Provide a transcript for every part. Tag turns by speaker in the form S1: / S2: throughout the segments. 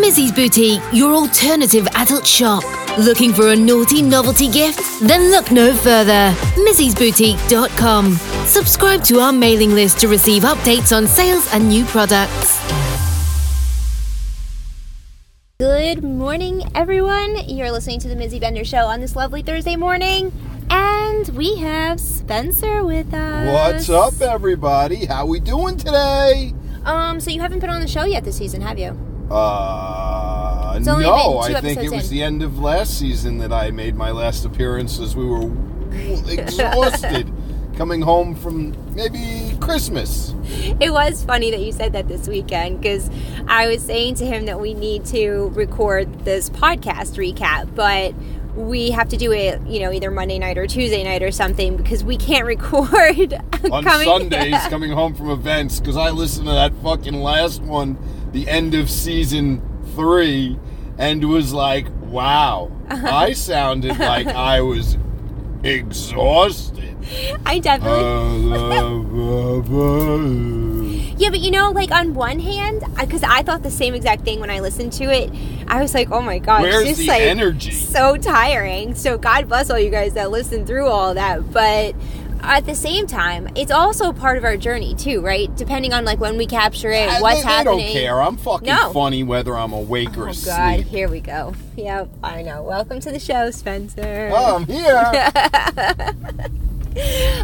S1: Mizzy's Boutique, your alternative adult shop. Looking for a naughty novelty gift? Then look no further. Mizzy'sBoutique.com. Subscribe to our mailing list to receive updates on sales and new products.
S2: Good morning, everyone. You're listening to the Mizzy Bender Show on this lovely Thursday morning, and we have Spencer with
S3: What's
S2: us.
S3: up, everybody? How we doing today?
S2: Um, so you haven't been on the show yet this season, have you?
S3: Uh,
S2: It's
S3: no,
S2: only been two
S3: I think it
S2: episodes
S3: was
S2: in.
S3: the end of last season that I made my last appearance as we were exhausted coming home from maybe Christmas.
S2: It was funny that you said that this weekend because I was saying to him that we need to record this podcast recap, but we have to do it, you know, either Monday night or Tuesday night or something because we can't record
S3: On
S2: coming-
S3: Sundays, coming home from events, because I listened to that fucking last one, the end of season three, and was like, wow,
S2: Uh-huh.
S3: I sounded like I was exhausted.
S2: I definitely.
S3: Oh.
S2: Yeah, but you know, like on one hand, because I thought the same exact thing when I listened to it, I was like, "Oh my god,
S3: Where's
S2: it's just
S3: the
S2: like
S3: energy?
S2: so tiring." So God bless all you guys that listened through all that, but at the same time, it's also part of our journey too, right? Depending on like when we capture it,
S3: I-
S2: what's
S3: Uh, they,
S2: happening.
S3: They don't care. I'm fucking
S2: No.
S3: funny whether I'm awake or
S2: Oh God,
S3: asleep.
S2: here we go. Yep, I know. Welcome to the show, Spencer.
S3: Oh, I'm here.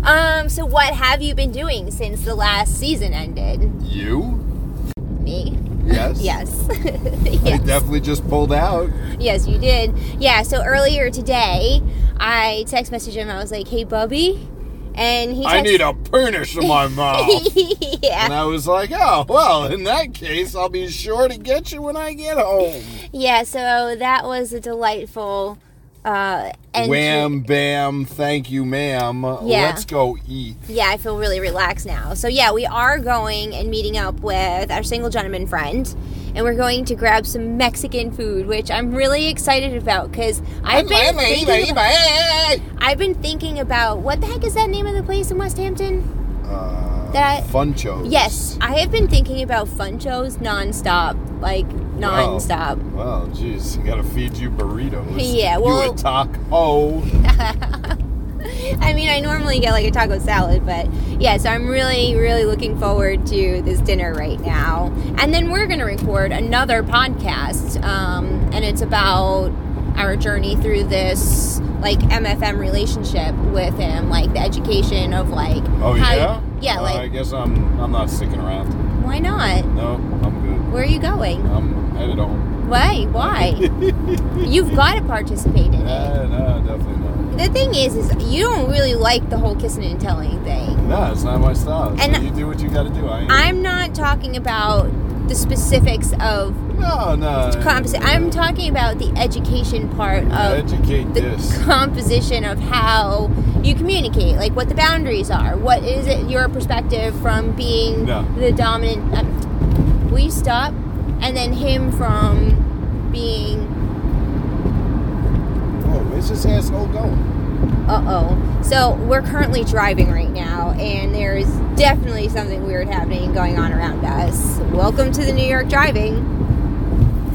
S2: Um, so what have you been doing since the last season ended?
S3: you?
S2: Me?
S3: Yes.
S2: Yes.
S3: I
S2: yes.
S3: definitely just pulled out.
S2: Yes, you did. Yeah, so earlier today, I text messaged him. I was like, hey, Bubby. And he
S3: I
S2: text-
S3: need a penis in my mouth.
S2: yeah.
S3: And I was like, oh, well, in that case, I'll be sure to get you when I get home.
S2: Yeah, so that was a delightful uh, entry.
S3: Wham, bam, thank you, ma'am. Um, Let's go eat.
S2: Yeah, I feel really relaxed now. So, yeah, we are going and meeting up with our single gentleman friend. And we're going to grab some Mexican food, which I'm really excited about because I've been thinking about, I've been thinking about what the heck is that name of the place in West Hampton?
S3: Uh,
S2: That-
S3: Funchos.
S2: Yes, I have been thinking about Funchos nonstop, like nonstop.
S3: Well, geez, you gotta feed you burritos.
S2: Yeah,
S3: you Oh,
S2: well-
S3: a taco.
S2: I mean, I normally get like a taco salad, but yeah, so I'm really, really looking forward to this dinner right now. And then we're going to record another podcast, um, and it's about our journey through this like MFM relationship with him, like the education of like
S3: Oh
S2: how-
S3: yeah.
S2: yeah,
S3: Uh, I
S2: like
S3: guess I'm I'm not sticking around.
S2: why not?
S3: No, I'm
S2: Where are you going?
S3: good. I'm headed home.
S2: Why? Why? You've got to participate in it.
S3: Uh, no, definitely not.
S2: The thing is, is you don't really like the whole kissing and telling thing.
S3: No, it's not my style. So
S2: And-
S3: you do what you gotta do. I ain't.
S2: I'm not talking about the specifics of
S3: no, no.
S2: composition. I'm talking about the education part of
S3: Educate
S2: the
S3: this.
S2: composition of how you communicate, like what the boundaries are. What is it your perspective from being
S3: No.
S2: the dominant? Uh, will you stop? And then him from being
S3: Whoa, where's Oh, this asshole going?
S2: Uh oh. So we're currently driving right now, and there is definitely something weird happening going on around us. Welcome to the New York driving.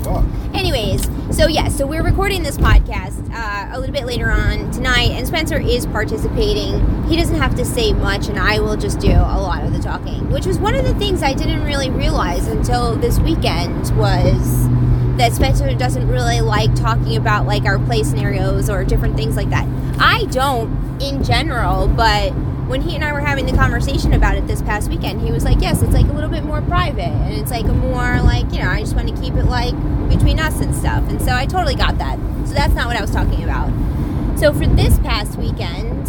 S3: Fuck.
S2: Anyways, so yeah, so we're recording this podcast uh, a little bit later on tonight, and Spencer is participating. He doesn't have to say much, and I will just do a lot of the talking, which was one of the things I didn't really realize until this weekend was that Spencer doesn't really like talking about like our play scenarios or different things like that. I don't in general, but when he and I were having the conversation about it this past weekend, he was like, "Yes, it's like a little bit more private and it's like a more like, you know, I just want to keep it like between us and stuff." And so I totally got that. So that's not what I was talking about. So for this past weekend,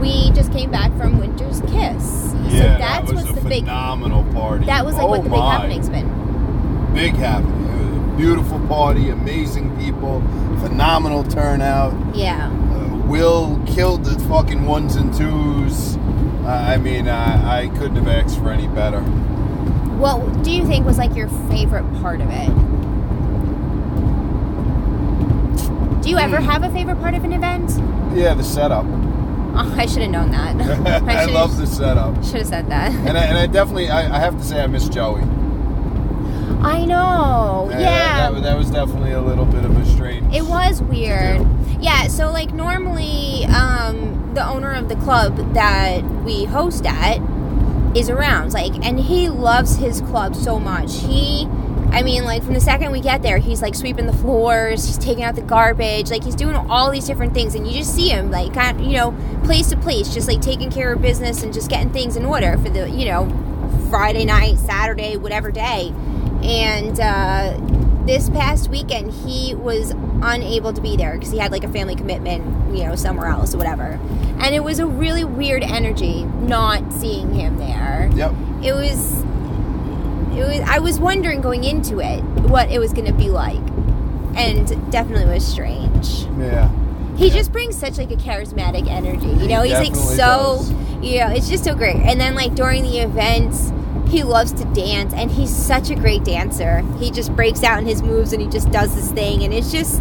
S2: we just came back from Winter's Kiss. so
S4: yeah, that
S2: that's
S4: was
S2: what's
S4: a
S2: the big.
S4: phenomenal party.
S2: That was like
S4: oh
S2: what the big
S4: my.
S2: happening's been.
S4: Big happening. It was a beautiful party, amazing people, phenomenal turnout.
S2: Yeah.
S4: Uh, Will killed the fucking ones and twos. Uh, I mean, I, I couldn't have asked for any better.
S2: What do you think was like your favorite part of it? Do you
S4: Hmm.
S2: ever have a favorite part of an event?
S4: Yeah, the setup.
S2: Oh, I should have known that.
S4: I
S2: should've-
S4: love the setup.
S2: Should have said that.
S4: And I, and I definitely, I, I have to say, I miss Joey.
S2: I know.
S4: Uh,
S2: yeah.
S4: That, that, was definitely a little bit of a strange.
S2: It was weird. Yeah, so like normally um the owner of the club that we host at is around like and he loves his club so much. He I mean like from the second we get there, he's like sweeping the floors, he's taking out the garbage, like he's doing all these different things and you just see him like kind you know, place to place just like taking care of business and just getting things in order for the, you know, Friday night, Saturday, whatever day. And uh this past weekend he was unable to be there because he had like a family commitment you know somewhere else or whatever and it was a really weird energy not seeing him there
S4: Yep.
S2: it was it was i was wondering going into it what it was going to be like and definitely was strange
S4: Yeah.
S2: he just brings such like a charismatic energy you
S4: He
S2: know he's like
S4: definitely
S2: so
S4: does.
S2: you know it's just so great and then like during the events he loves to dance and he's such a great dancer he just breaks out in his moves and he just does this thing and it's just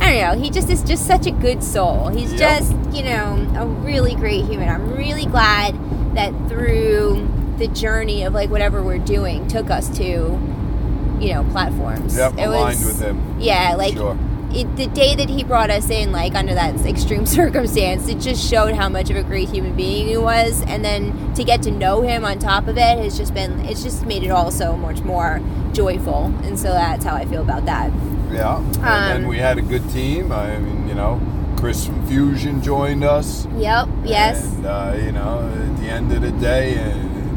S2: i don't know he just is just such a good soul he's
S4: Yep.
S2: just you know a really great human i'm really glad that through the journey of like whatever we're doing took us to you know platforms
S4: Yep.
S2: it
S4: aligned
S2: was
S4: with him.
S2: yeah like
S4: sure.
S2: it, the day that he brought us in, like under that extreme circumstance, it just showed how much of a great human being he was. And then to get to know him on top of it has just been, it's just made it all so much more joyful. And so that's how I feel about that.
S4: Yeah. And
S2: Um,
S4: then we had a good team. I mean, you know, Chris from Fusion joined us.
S2: Yep, yes.
S4: And, uh, you know, at the end of the day, uh,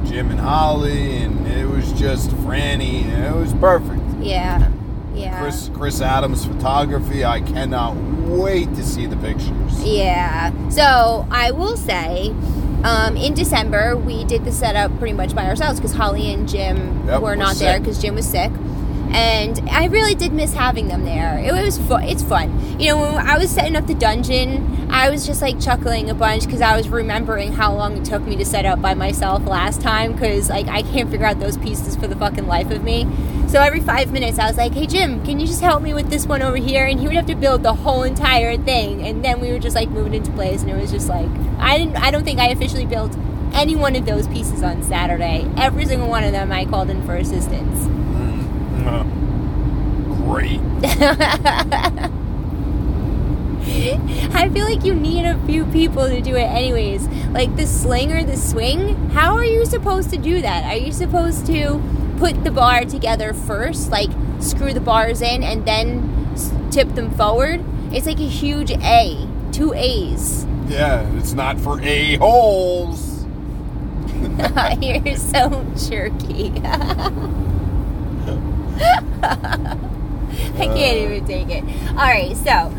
S4: Jim and Holly, and it was just Franny. And it was perfect.
S2: yeah, yeah.
S4: Chris, Chris Adams photography. I cannot wait to see the pictures.
S2: Yeah. So I will say, um, in December we did the setup pretty much by ourselves because Holly and Jim
S4: Yep,
S2: were
S4: we're
S2: not there
S4: sick.
S2: because Jim was sick. And I really did miss having them there. It was fun. It's fun. You know, when I was setting up the dungeon, I was just like chuckling a bunch because I was remembering how long it took me to set up by myself last time because like I can't figure out those pieces for the fucking life of me. So every five minutes, I was like, "Hey Jim, can you just help me with this one over here?" And he would have to build the whole entire thing, and then we were just like moving into place, and it was just like I didn't. I don't think I officially built any one of those pieces on Saturday. Every single one of them, I called in for assistance.
S4: Great.
S2: I feel like you need a few people to do it, anyways. Like the sling or the swing. How are you supposed to do that? Are you supposed to put the bar together first, like screw the bars in, and then s- tip them forward? It's like a huge A, two A's.
S4: Yeah, it's not for a holes.
S2: You're so jerky. I can't even
S4: Uh.
S2: take it. All right, so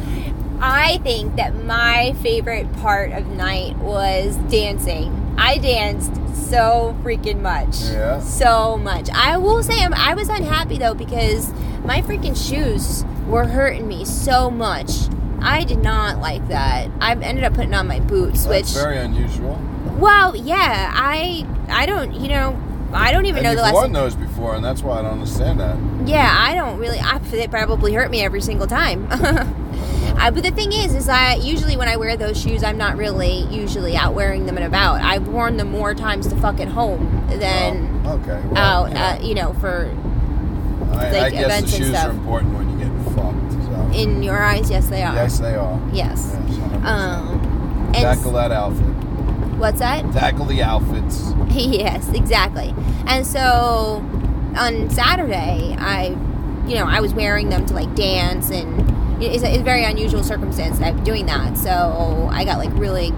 S2: I think that my favorite part of night was dancing. I danced so freaking much.
S4: Yeah.
S2: So much. I will say I'm, I was unhappy though because my freaking shoes were hurting me so much. I did not like that. I ended up putting on my boots,
S4: That's
S2: which
S4: very unusual.
S2: well, yeah, I I don't you know I don't even
S4: And
S2: know
S4: you've
S2: the last.
S4: worn those before, and that's why I don't understand that.
S2: Yeah, I don't really. I, they probably hurt me every single time. I, but the thing is, is I usually when I wear those shoes, I'm not really usually out wearing them and about. I've worn them more times to fuck at home than
S4: Well, Oh, okay. Well,
S2: out.
S4: you know,
S2: Uh, you know, for
S4: I, I
S2: like,
S4: guess the
S2: events and
S4: shoes
S2: stuff.
S4: are important when you're getting fucked. So.
S2: in your eyes, yes, they are.
S4: yes, they are.
S2: Yes.
S4: Yes, 100%.
S2: Um. And
S4: Tackle that outfit.
S2: what's that?
S4: Tackle the outfits.
S2: yes, exactly. And so on Saturday, I, you know, I was wearing them to like dance, and it's a, it's a very unusual circumstance that I'm doing that. So I got like really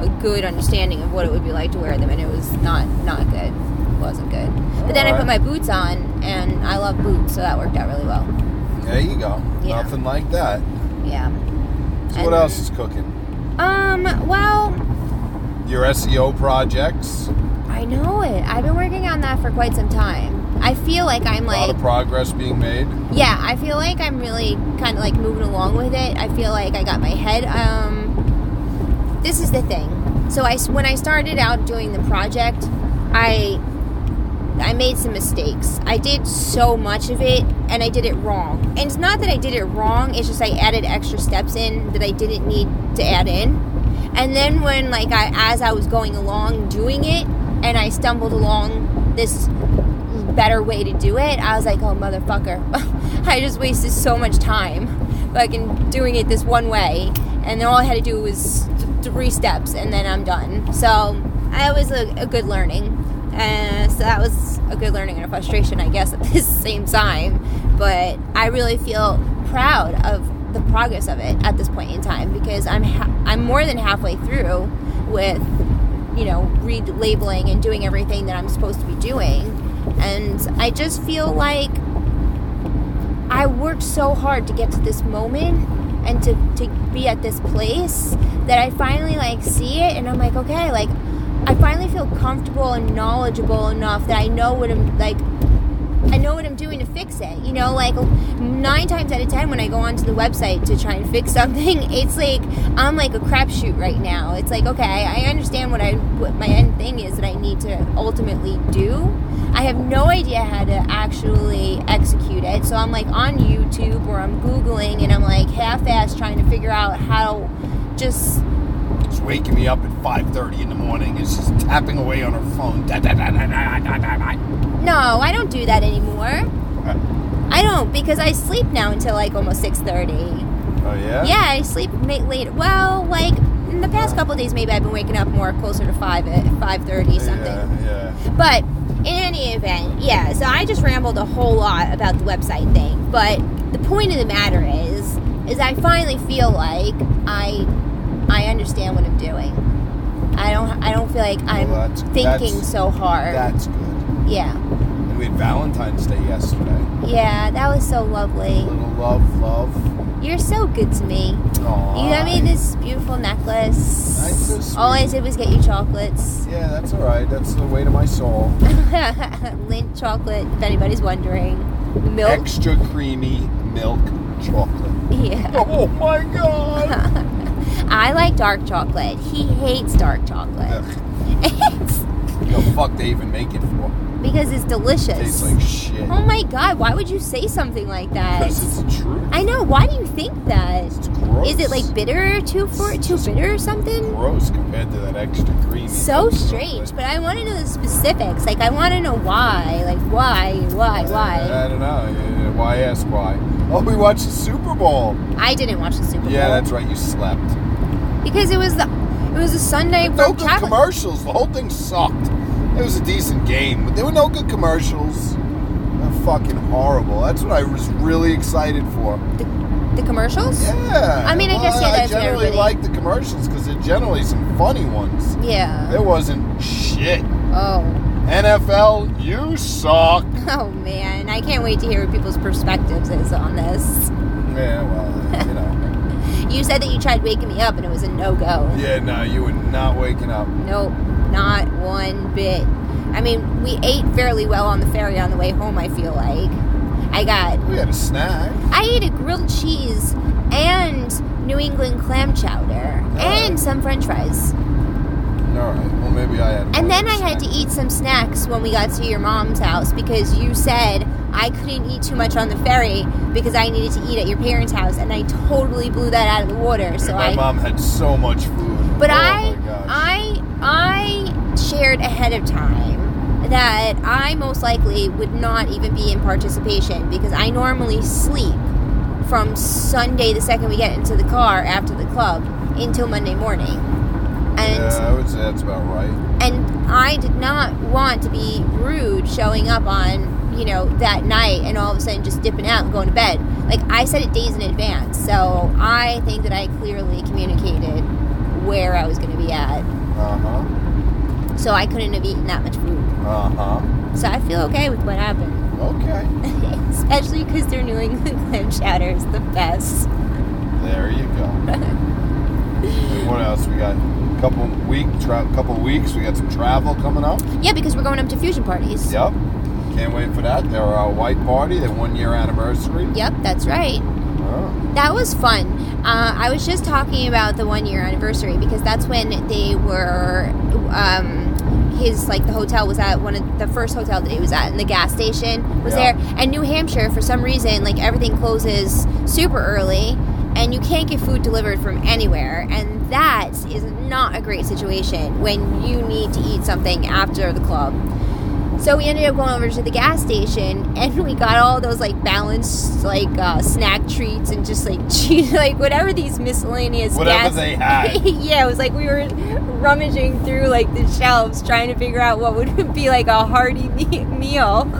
S2: a good understanding of what it would be like to wear them, and it was not not good. It wasn't good. But then I put my
S4: Alright.
S2: boots on, and I love boots, so that worked out really well.
S4: There you go.
S2: Yeah.
S4: Nothing like that.
S2: Yeah.
S4: So
S2: And-
S4: what else is cooking?
S2: Um, well,
S3: your SEO projects.
S2: I know it. I've been working on that for quite some time. I feel like I'm
S3: A lot
S2: like,
S3: of progress being made.
S2: yeah, I feel like I'm really kind of like moving along with it. I feel like I got my head. Um, this is the thing. So I s- when I started out doing the project, I I made some mistakes. I did so much of it and I did it wrong. And it's not that I did it wrong, it's just I added extra steps in that I didn't need to add in. And then when like I as I was going along doing it and I stumbled along this better way to do it, I was like, "Oh motherfucker. I just wasted so much time fucking doing it this one way." And then all I had to do was th- three steps and then I'm done. So, I was a, a good learning. And so that was a good learning and a frustration, I guess, at the same time. But I really feel proud of the progress of it at this point in time because I'm ha- I'm more than halfway through with you know relabeling and doing everything that I'm supposed to be doing, and I just feel like I worked so hard to get to this moment and to, to be at this place that I finally like see it and I'm like, okay, like I finally feel comfortable and knowledgeable enough that I know what I'm like I know what I'm doing to fix it. You know, like nine times out of ten when I go onto the website to try and fix something, it's like I'm like a crapshoot right now. It's like okay, I understand what I what my end thing is that I need to ultimately do. I have no idea how to actually execute it. So I'm like on YouTube or I'm googling and I'm like half-assed trying to figure out how just
S3: She's waking me up at 5:30 in the morning and she's tapping away on her phone. Da, da, da, da, da, da, da, da.
S2: No, I don't do that anymore. I don't because I sleep now until like almost six thirty.
S3: Oh yeah.
S2: Yeah, I sleep ma- late. Well, like in the past couple days, maybe I've been waking up more closer to five at five thirty something.
S3: Yeah. yeah.
S2: But in any event, yeah, so I just rambled a whole lot about the website thing. But the point of the matter is is I finally feel like I I understand what I'm doing. I don't I don't feel like I'm
S3: Well, that's-
S2: thinking
S3: that's-
S2: so hard.
S3: That's good.
S2: yeah.
S3: And we had Valentine's Day yesterday.
S2: Yeah, that was
S3: A
S2: so lovely.
S3: little love, love.
S2: You're so good to me. You got me this beautiful necklace.
S3: That's so sweet.
S2: All I did was get you chocolates.
S3: Yeah, that's all right. That's the way to my soul.
S2: Lint chocolate, if anybody's wondering. Milk.
S3: Extra creamy milk chocolate.
S2: Yeah.
S3: Oh my god.
S2: I like dark chocolate. He hates dark chocolate.
S3: Ugh,
S2: It's
S3: the fuck they even make it for?
S2: because it's delicious.
S3: Tastes like shit.
S2: oh my god, why would you say something like that?
S3: Because it's the truth.
S2: I know, why do you think that?
S3: It's gross.
S2: Is it like bitter too for too bitter or something?
S3: gross compared to that extra creamy?
S2: so
S3: milk
S2: strange,
S3: chocolate.
S2: but I want to know the specifics. Like, I want to know why. Like, why, why, why?
S3: I, don't know. Uh, Why ask why? Oh, we watched the Super Bowl.
S2: I didn't watch the Super Bowl.
S3: Yeah, that's right. You slept.
S2: because it was the it was a Sunday
S3: No
S2: road
S3: good
S2: traffic.
S3: commercials. The whole thing sucked. It was a decent game, but there were no good commercials. They're fucking horrible. That's what I was really excited for.
S2: the commercials.
S3: Yeah.
S2: I mean, I guess, yeah,
S3: Well,
S2: that's
S3: I
S2: what
S3: generally
S2: everybody-
S3: like the commercials because they're generally some funny ones.
S2: Yeah.
S3: There wasn't shit.
S2: Oh.
S3: NFL, you suck.
S2: Oh man, I can't wait to hear what people's perspectives is on this.
S3: Yeah, well, you know.
S2: You said that you tried waking me up and it was a no go.
S3: Yeah, no, you were not waking up.
S2: Nope, not one bit. I mean, we ate fairly well on the ferry on the way home. I feel like I got
S3: We had a snack.
S2: I ate a grilled cheese and New England clam chowder and some french fries.
S3: All right. Well, maybe I had.
S2: And then I
S3: snack.
S2: had to eat some snacks when we got to your mom's house because you said I couldn't eat too much on the ferry because I needed to eat at your parents' house and I totally blew that out of the water. So
S3: Dude, my
S2: I
S3: mom had so much food.
S2: But
S3: oh My
S2: I,
S3: gosh.
S2: I, I shared ahead of time that I most likely would not even be in participation because I normally sleep from Sunday the second we get into the car after the club until Monday morning, and
S3: yeah, I would say that's about right.
S2: and I did not want to be rude showing up on you know that night and all of a sudden just dipping out and going to bed. Like I said it days in advance, so I think that I clearly communicated where I was going to be at,
S3: Uh huh.
S2: so I couldn't have eaten that much food.
S3: Uh huh.
S2: So I feel okay with what happened,
S3: Okay.
S2: especially because their New England clam chowder is the best.
S3: There you go. what else we got? A couple week tra- couple weeks. We got some travel coming up.
S2: Yeah, because we're going up to fusion parties.
S3: Yep. Can't wait for that. They're our white party, their one year anniversary.
S2: Yep, that's right.
S3: Oh,
S2: That was fun. Uh, I was just talking about the one year anniversary because that's when they were. Um, his like the hotel was at one of the first hotel that he was at, and the gas station was
S3: Yeah.
S2: there. And New Hampshire, for some reason, like everything closes super early, and you can't get food delivered from anywhere, and that is not a great situation when you need to eat something after the club. So we ended up going over to the gas station, and we got all those like balanced like uh, snack treats and just like cheese, like whatever these miscellaneous
S3: Whatever
S2: gas-
S3: they had.
S2: yeah, it was like we were rummaging through like the shelves trying to figure out what would be like a hearty me- meal.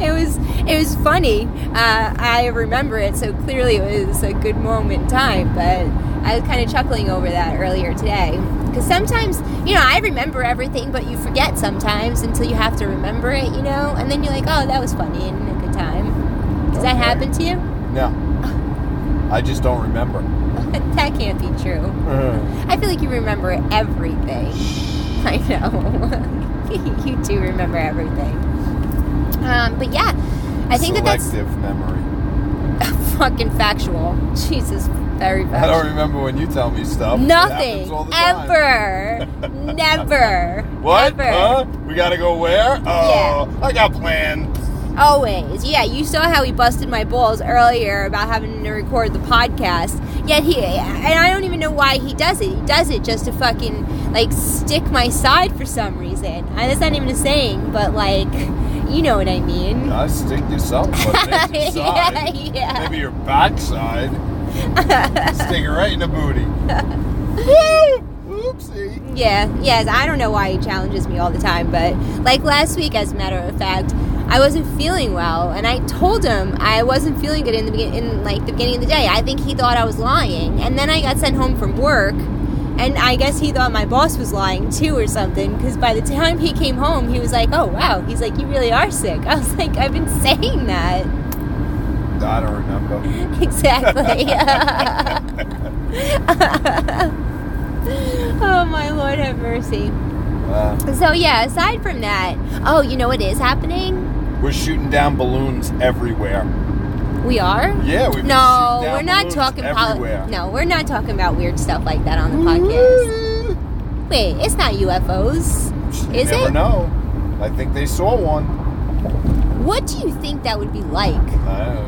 S2: It was it was funny. Uh, I remember it so clearly. It was a good moment in time, but I was kind of chuckling over that earlier today because sometimes you know I remember everything, but you forget sometimes until you have to remember it, you know, and then you're like, oh, that was funny and a good time. Does that
S3: Okay.
S2: happen to you?
S3: no. I just don't remember.
S2: that can't be true.
S3: Uh,
S2: I feel like you remember everything. I know. you do remember everything. Um, but yeah, I think that that's
S3: Selective memory.
S2: fucking factual. Jesus, very
S3: I
S2: factual.
S3: don't remember when you tell me stuff. It happens
S2: Nothing.
S3: all the time.
S2: Ever. Never.
S3: What?
S2: Ever.
S3: Huh? We gotta go where? Oh, I got plans.
S2: Always. Yeah, you saw how he busted my balls earlier about having to record the podcast. Yet he, and I don't even know why he does it. He does it just to fucking, like, stick my side for some reason. I, that's not even a saying, but, like, you know what I mean.
S3: I stick yourself, but make your
S2: yeah,
S3: side.
S2: yeah.
S3: Maybe your backside. Stick it right in the booty. Oopsie.
S2: Yeah, yes, I don't know why he challenges me all the time, but like last week, as a matter of fact, I wasn't feeling well, and I told him I wasn't feeling good in the begin- in like the beginning of the day. I think he thought I was lying, and then I got sent home from work, and I guess he thought my boss was lying too or something. Because by the time he came home, he was like, "Oh wow," he's like, "You really are sick." I was like, "I've been saying that."
S3: I don't remember.
S2: Exactly. oh my lord, have mercy.
S3: Uh,
S2: So yeah, aside from that, oh, you know what is happening?
S3: we're shooting down balloons everywhere.
S2: We are.
S3: Yeah, we've been shooting
S2: No,
S3: down
S2: we're not
S3: balloons
S2: talking
S3: everywhere.
S2: poli- No, we're not talking about weird stuff like that on the podcast. Wait, it's not UFOs.
S3: You
S2: Is
S3: never
S2: it?
S3: know. I think they saw one.
S2: What do you think that would be like?
S3: Uh,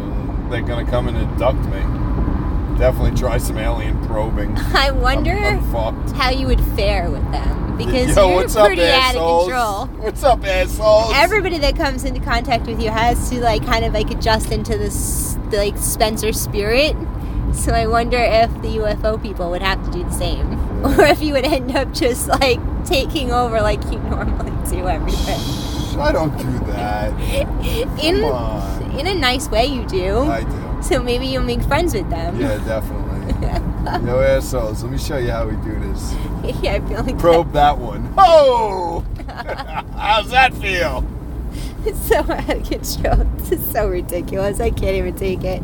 S3: they're gonna come and abduct me. Definitely try some alien probing.
S2: I wonder
S3: I'm, I'm fucked.
S2: how you would fare with them because
S3: Yo,
S2: you're
S3: what's up,
S2: pretty out of
S3: assholes?
S2: control.
S3: What's up, assholes?
S2: Everybody that comes into contact with you has to like kind of like adjust into this like Spencer spirit. So I wonder if the UFO people would have to do the same, or if you would end up just like taking over like you normally do everywhere.
S3: I don't do that.
S2: In
S3: Come on.
S2: in a nice way, you do.
S3: I do.
S2: so maybe you'll make friends with them.
S3: Yeah, definitely. Yo, assholes, let me show you how we do this.
S2: Yeah, I feel like
S3: Probe that one. Oh! How's that feel?
S2: It's so out of control. This is so ridiculous. I can't even take it.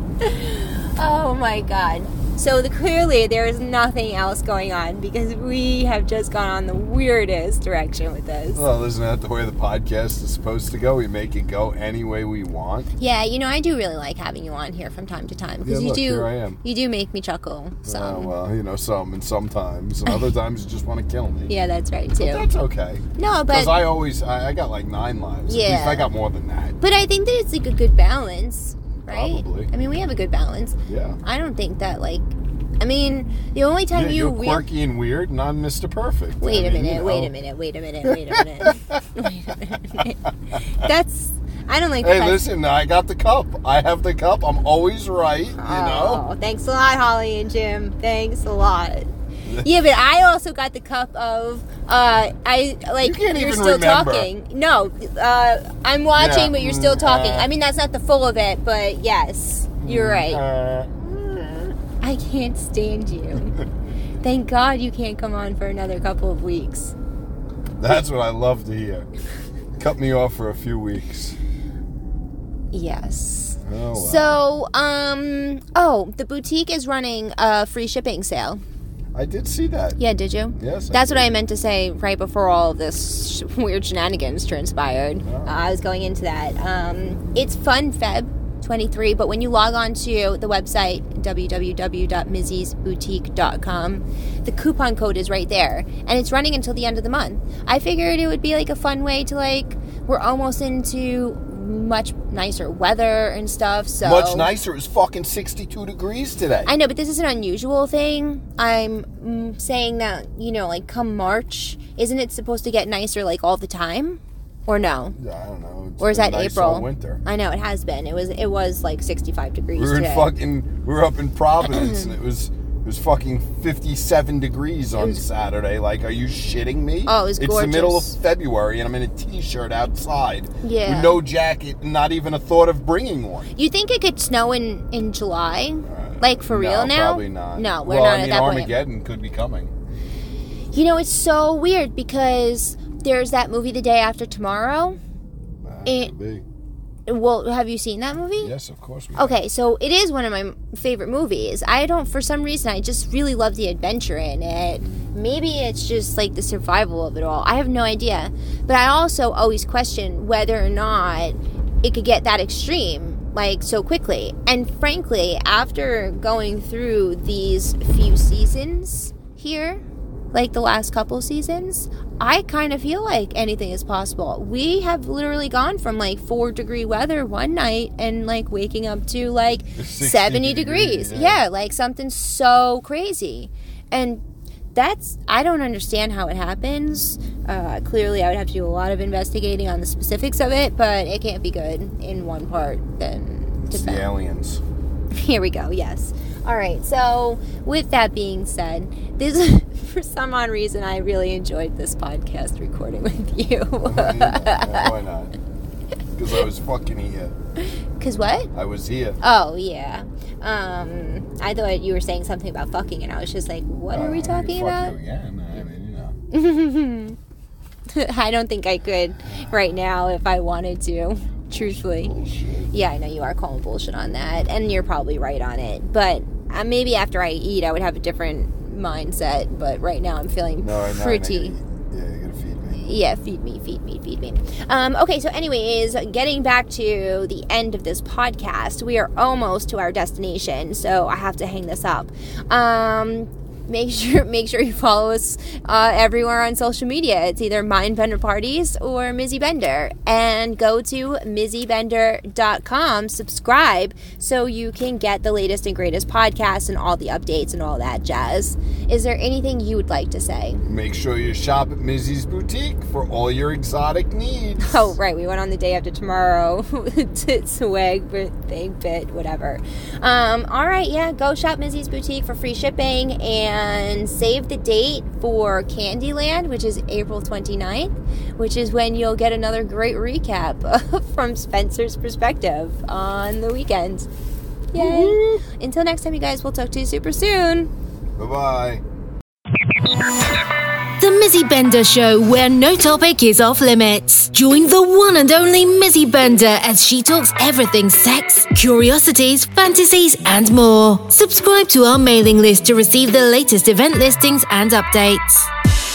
S2: Oh my god. So the, clearly there is nothing else going on because we have just gone on the weirdest direction with this.
S3: Well, isn't that the way the podcast is supposed to go? We make it go any way we want.
S2: Yeah, you know I do really like having you on here from time to time
S3: Yeah,
S2: because you
S3: look,
S2: do
S3: here I am.
S2: you do make me chuckle. So
S3: Uh, well, you know, some and sometimes, and other times you just want to kill me.
S2: yeah, that's right
S3: But
S2: too.
S3: that's okay.
S2: No,
S3: Because
S2: but
S3: I always, I, I got like nine lives. At least
S2: Yeah.
S3: I got more than that.
S2: but I think that it's like a good balance, right?
S3: Probably.
S2: I mean, we have a good balance.
S3: Yeah.
S2: I don't think that like I mean, the only time
S3: Yeah,
S2: you
S3: you're
S2: really
S3: quirky and weird, and I'm Mr. Perfect.
S2: Wait
S3: I
S2: a
S3: mean, you
S2: minute, wait
S3: know.
S2: a minute, wait a minute, wait a minute. wait a minute. That's I don't like the
S3: Hey,
S2: fact-
S3: listen, I got the cup. I have the cup. I'm always right, you know?
S2: Oh, thanks a lot, Holly and Jim. Thanks a lot. Yeah, but I also got the cup of uh I like
S3: You can't
S2: are
S3: even
S2: still
S3: remember.
S2: talking. No, uh I'm watching
S3: Yeah,
S2: but you're still
S3: mm,
S2: talking.
S3: uh,
S2: I mean that's not the full of it, but yes, you're right.
S3: Uh,
S2: I can't stand you. Thank God you can't come on for another couple of weeks.
S3: that's what I love to hear. Cut me off for a few weeks.
S2: Yes.
S3: Oh, wow.
S2: So, um, oh, the boutique is running a free shipping sale.
S3: I did see that.
S2: Yeah, did you?
S3: Yes, I
S2: That's what
S3: did.
S2: I meant to say right before all this sh- weird shenanigans transpired.
S3: Oh.
S2: Uh, I was going into that. Um, it's fun Feb 23, but when you log on to the website www.mizziesboutique.com, the coupon code is right there, and it's running until the end of the month. I figured it would be like a fun way to like we're almost into much nicer weather and stuff. So
S3: Much nicer. It was fucking 62 degrees today.
S2: I know, but this is an unusual thing. I'm mm, saying that, you know, like come March, isn't it supposed to get nicer like all the time? Or no?
S3: I don't know. It's
S2: Or is
S3: been
S2: that
S3: nice
S2: April?
S3: all winter.
S2: I know it has been. It was it was like 65 degrees
S3: We were in
S2: today.
S3: fucking. We were up in Providence, and it was it was fucking 57 degrees on Saturday. Like, are you shitting me?
S2: Oh, it was
S3: It's the middle of
S2: gorgeous.
S3: February, and I'm in a t-shirt outside.
S2: Yeah.
S3: With no jacket, and not even a thought of bringing one.
S2: You think it could snow in in July? Like for
S3: No,
S2: real now?
S3: Probably not.
S2: No, we're
S3: well,
S2: not
S3: I mean,
S2: at that point.
S3: Armageddon could be coming.
S2: You know, it's so weird because there's that movie The Day After Tomorrow.
S3: Uh,
S2: It-
S3: could be.
S2: Well, have you seen that movie?
S3: Yes, of course. We
S2: Okay, so it is one of my favorite movies. I don't, for some reason, I just really love the adventure in it. Maybe it's just like the survival of it all. I have no idea. But I also always question whether or not it could get that extreme, like so quickly. And frankly, after going through these few seasons here, like the last couple seasons, I kind of feel like anything is possible. We have literally gone from like four degree weather one night and like waking up to like 70 degrees.
S3: degrees,
S2: yeah.
S3: yeah.
S2: like something so crazy. And that's, I don't understand how it happens. Uh, clearly, I would have to do a lot of investigating on the specifics of it, but it can't be good in one part than to
S3: It's the aliens.
S2: here we go. Yes. All right. So, with that being said, this for some odd reason I really enjoyed this podcast recording with you.
S3: Yeah, why not? Because I was fucking here.
S2: Cause what?
S3: I was here.
S2: Oh yeah. Um, I thought you were saying something about fucking, and I was just like, what are we
S3: I mean,
S2: talking
S3: fuck
S2: about?
S3: you again. I mean, you know.
S2: I don't think I could right now if I wanted to. Truthfully. Yeah, I know you are calling bullshit on that, and you're probably right on it. But uh, maybe after I eat, I would have a different mindset. But right now, I'm feeling
S3: No, right now I
S2: pretty.
S3: gotta eat. yeah, you gotta feed me.
S2: Yeah, feed me, feed me, feed me. Um, okay, so, anyways, getting back to the end of this podcast, we are almost to our destination, so I have to hang this up. Um, make sure, make sure you follow us uh, everywhere on social media. It's either Mindbender Parties or Mizzy Bender, and go to MizzyBender.com, subscribe, so you can get the latest and greatest podcasts and all the updates and all that jazz. Is there anything you would like to say?
S3: Make sure you shop at Mizzy's Boutique for all your exotic needs.
S2: Oh, right. We went on the day after tomorrow to swag birthday bit, whatever. Um, all right. Yeah. Go shop Mizzy's Boutique for free shipping and save the date for Candyland, which is April 29th, which is when you'll get another great recap from Spencer's perspective on the weekend. Yay. Until next time, you guys, we'll talk to you super soon.
S3: Bye bye.
S1: The Mizzy Bender Show, where no topic is off limits. Join the one and only Mizzy Bender as she talks everything sex, curiosities, fantasies, and more. Subscribe to our mailing list to receive the latest event listings and updates.